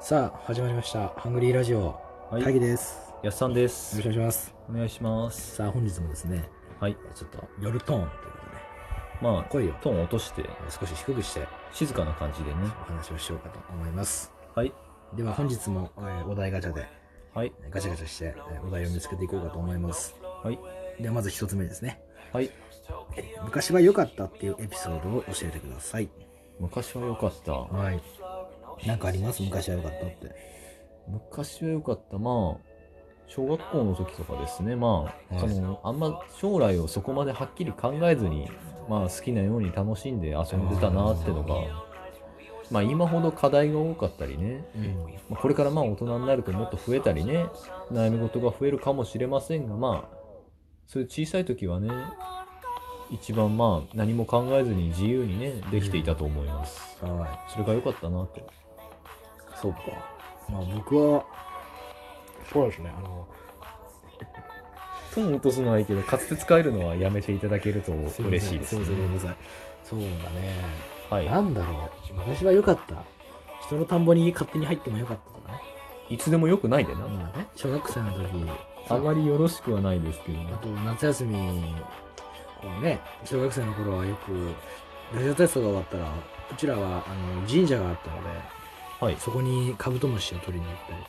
さあ始まりました「ハングリーラジオ」会はい、議ですやっさんでよろすしく。お願いしますお願いします。さあ本日もですねはい、ちょっと夜トーンということでまあ、声をトーンを落として、少し低くして静かな感じでね。お話をしようかと思いますはい、では本日も、えーお題ガチャではい、えーガチャガチャして、えーお題を見つけていこうかと思いますはい、ではまず一つ目ですねはい。昔は良かったっていうエピソードを教えてください昔は良かった。はいなんかあります昔は良かったって昔は良かった。まあ、小学校の時とかですね。まあ、はいその、あんま将来をそこまではっきり考えずに、まあ、好きなように楽しんで遊んでたなってのが、まあ、今ほど課題が多かったりね。うんまあこれからまあ大人になるともっと増えたりね悩み事が増えるかもしれませんがまあそういう小さい時はね一番まあ何も考えずに自由にねできていたと思いますはいそれが良かったなとそうか。まあ僕は、そうですね、あの、トーン落とすのはいいけどかつて使えるのはやめていただけると嬉しいですすみませねん、ごめんなさい。そうだね。はいなんだろう。昔は良かった。人の田んぼに勝手に入っても良かったとかね。いつでも良くないでなまあね、小学生の時、あまりよろしくはないですけどねあと夏休み、こうね、小学生の頃はよく、ラジオ体操が終わったら、うちらはあの神社があったので、はいそこにカブトムシを取りに行ったりと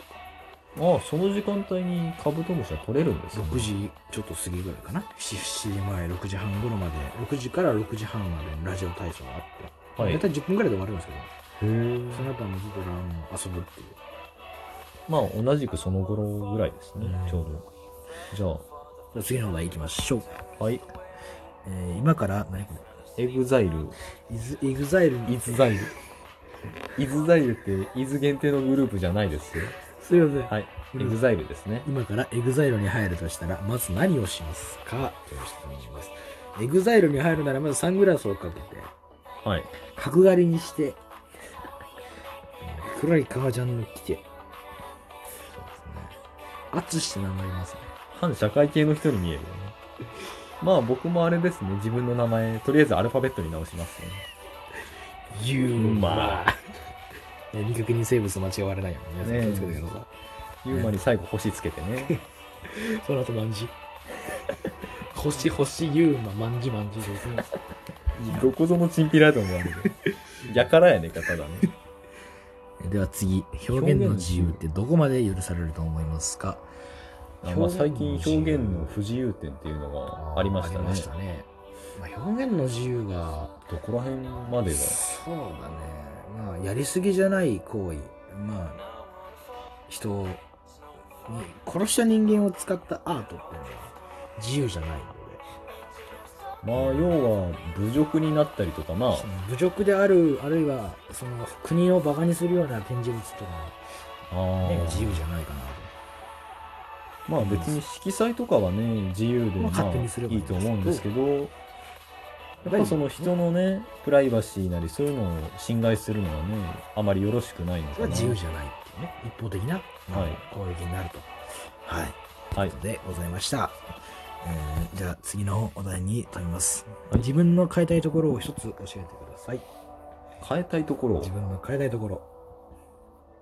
か、ああその時間帯にカブトムシは取れるんですね6時ちょっと過ぎぐらいかな7時前6時半頃まで6時から6時半までのラジオ体操があって、はい大体10分ぐらいで終わるんですけへえどその後はもうずっとランを遊ぶっていうまあ同じくその頃ぐらいですねうんちょうどじゃあじゃあ次の話題いきましょう、はい。えー今から何こエグザイル。れイズイグザイルイズザイル。イズザイルって、イズ限定のグループじゃないですよ。すいません、はい。うエんグザイルですね。今からエグザイルに入るとしたらまず何をしますかという質問ですエグザイルに入るならまずサングラスをかけてはい。角刈りにして黒い革ジャンの着てアツして名前ますね反社会系の人に見えるよね。まあ僕もあれですね。自分の名前、とりあえずアルファベットに直しますね。ユーマー。未確認生物間違われないように皆さん気ねえをつけてくださユーマに最後星つけてね。い。その後万事。 星星ユーマ万事万事ですね。どこぞのチンピラやと思われる。やからやねんか、ただね。 では次、表現の自由ってどこまで許されると思いますかあまあ最近表現の不自由点っていうのがありましたあねり。ましたね。まあ、表現の自由が、どこら辺までが。そうだね。まあ、やりすぎじゃない行為。まあ、人を、ね殺した人間を使ったアートっていうのは自由じゃないので。まあ要は侮辱になったりとか、まあその侮辱であるあるいはその国をバカにするような展示物とかあは、ーね、自由じゃないかなまあ別に色彩とかはね自由でままあ勝手にすれあばいいいいんですけとど思うんですけどとやっぱその人のねプライバシーなりそういうのを侵害するのはねあまりよろしくないのそれはかな自由じゃないっていうね一方的な、まあはい攻撃になるとはいはいということでございました、えーじゃあ次のお題に飛びます、はい自分の変えたいところを一つ教えてください変えたいところを自分の変えたいところ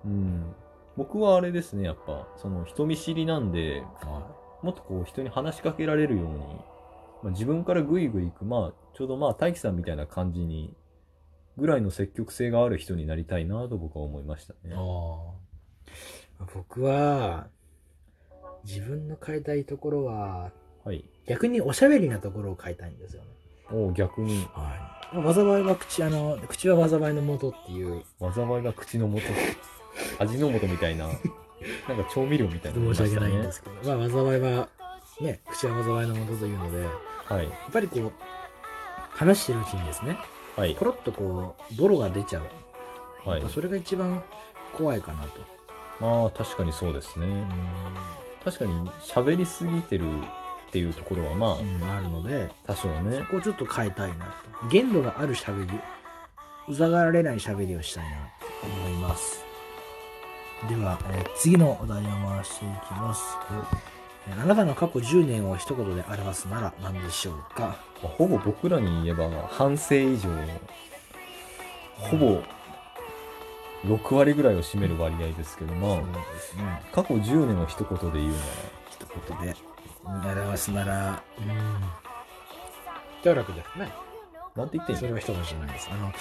うん僕はあれですねやっぱその人見知りなんでもっとこう人に話しかけられるように、まあ、自分からグイグイ行くまあちょうどまあ大樹さんみたいな感じにぐらいの積極性がある人になりたいなと僕は思いましたねあー僕は自分の変えたいところははい逆におしゃべりなところを変えたいんですよねおう逆にはい。災いは口、あの、口は災いの元っていう。災いが口の元味の素みたいななん か調味料みたいなの申し訳なあいりんまでしすけど。まあ、災いは、ね、口は災いの元というので、やたねっぱりこう、話してるうちにですね、はいはいポロッとこう、ボロが出ちゃう。はやいっぱそれが一番怖いかなと。まあ確かにそうですね確かに喋りすぎてるっていうところはまうあん、あるので、多少そねこをちょっと変えたいなと。限度がある喋り、うざがられない喋りをしたいなと思います。では、えー次のお題を回していきます。えーあなたの過去10年を一言で表すなら何でしょうかまあほぼ僕らに言えば半生以上ほぼ6割ぐらいを占める割合ですけどそまうあですね。過去10年を一言で言うなら一言で表すなら、うん、努力ですね。なんて言ってんそのれは一言じゃないです。あの、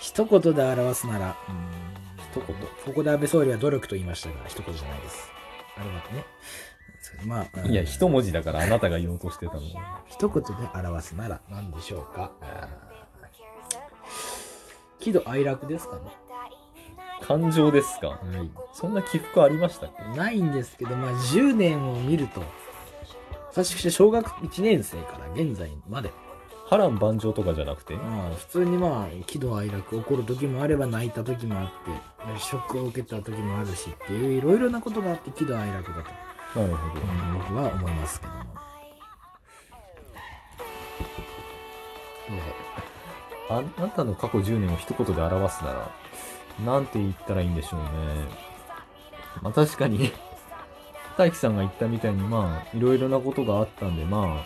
一言で表すなら、一言うん、ここで安倍総理は努力と言いましたが、一言じゃないです。あれはね。そうまあ、うんいや、一文字だからあなたが言おうとしてたの。一言で表すなら何でしょうか。あー喜怒哀楽ですかね。感情ですかそんな起伏ありましたっけないんですけど、まあ、10年を見ると、私、小学1年生から現在まで、波乱万丈とかじゃなくてまあ、普通にまあ、喜怒哀楽、怒る時もあれば泣いた時もあって、ショックを受けた時もあるしっていう、いろいろなことがあって喜怒哀楽だと、なるほど。うん僕は思いますけども。どうぞああなたの過去10年を一言で表すなら、なんて言ったらいいんでしょうね。まあ確かに、大輝さんが言ったみたいに、まあ、いろいろなことがあったんで、まあ、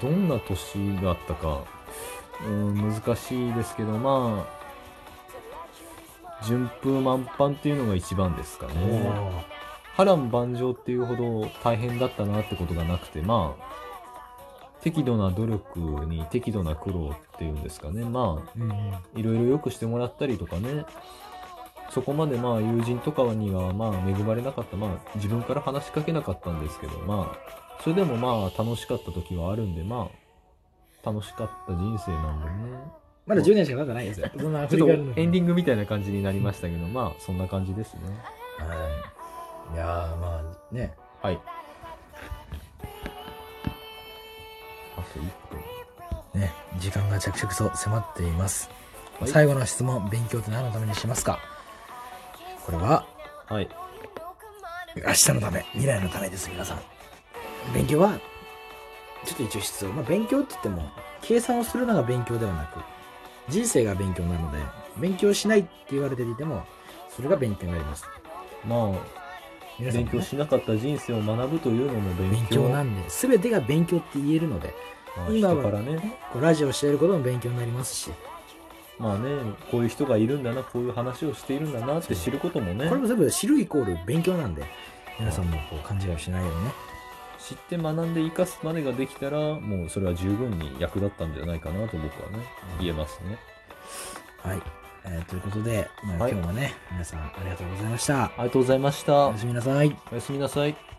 どんな年だったか、うん、難しいですけど、まあ、順風満帆っていうのが一番ですかね。波乱万丈っていうほど大変だったなってことがなくてまあ適度な努力に適度な苦労っていうんですかねまうんうんあいろいろ良くしてもらったりとかねそこまでまあ友人とかにはまあ恵まれなかったまあ自分から話しかけなかったんですけどまあそれでもまあ楽しかった時はあるんでまあ楽しかった人生なんでねまだ10年しか経ってないですよ。そんなちょっとエンディンィングみたいな感じになりましたけどまあそんな感じですねグ。はい。いやーまあね、はいあと1分ね、時間が着々と迫っています。はい最後の質問、勉強って何のためにしますかこれは、はい。明日のため、未来のためです、皆さん。勉強は、ちょっと一応必要。まあ、勉強って言っても、計算をするのが勉強ではなく、人生が勉強なので、勉強しないって言われていても、それが勉強になります。まあ、皆さん勉もね、強しなかった人生を学ぶというのも勉勉強。強なんで、全てが勉強って言えるので、まあ、今は人からね、こうラジオしていることも勉強になりますし、まあね、こういう人がいるんだな、こういう話をしているんだなって知ることもねこれ、も全部知るイコール勉強なんで、皆さんもこう勘違いをしないようにね。知って学んで生かすまでができたら、もうそれは十分に役立ったんじゃないかなと僕はね、言えますね。はい。えーということで、まあはい今日もね、皆さんありがとうございました。ありがとうございましたおや。すみなさい。おやすみなさい。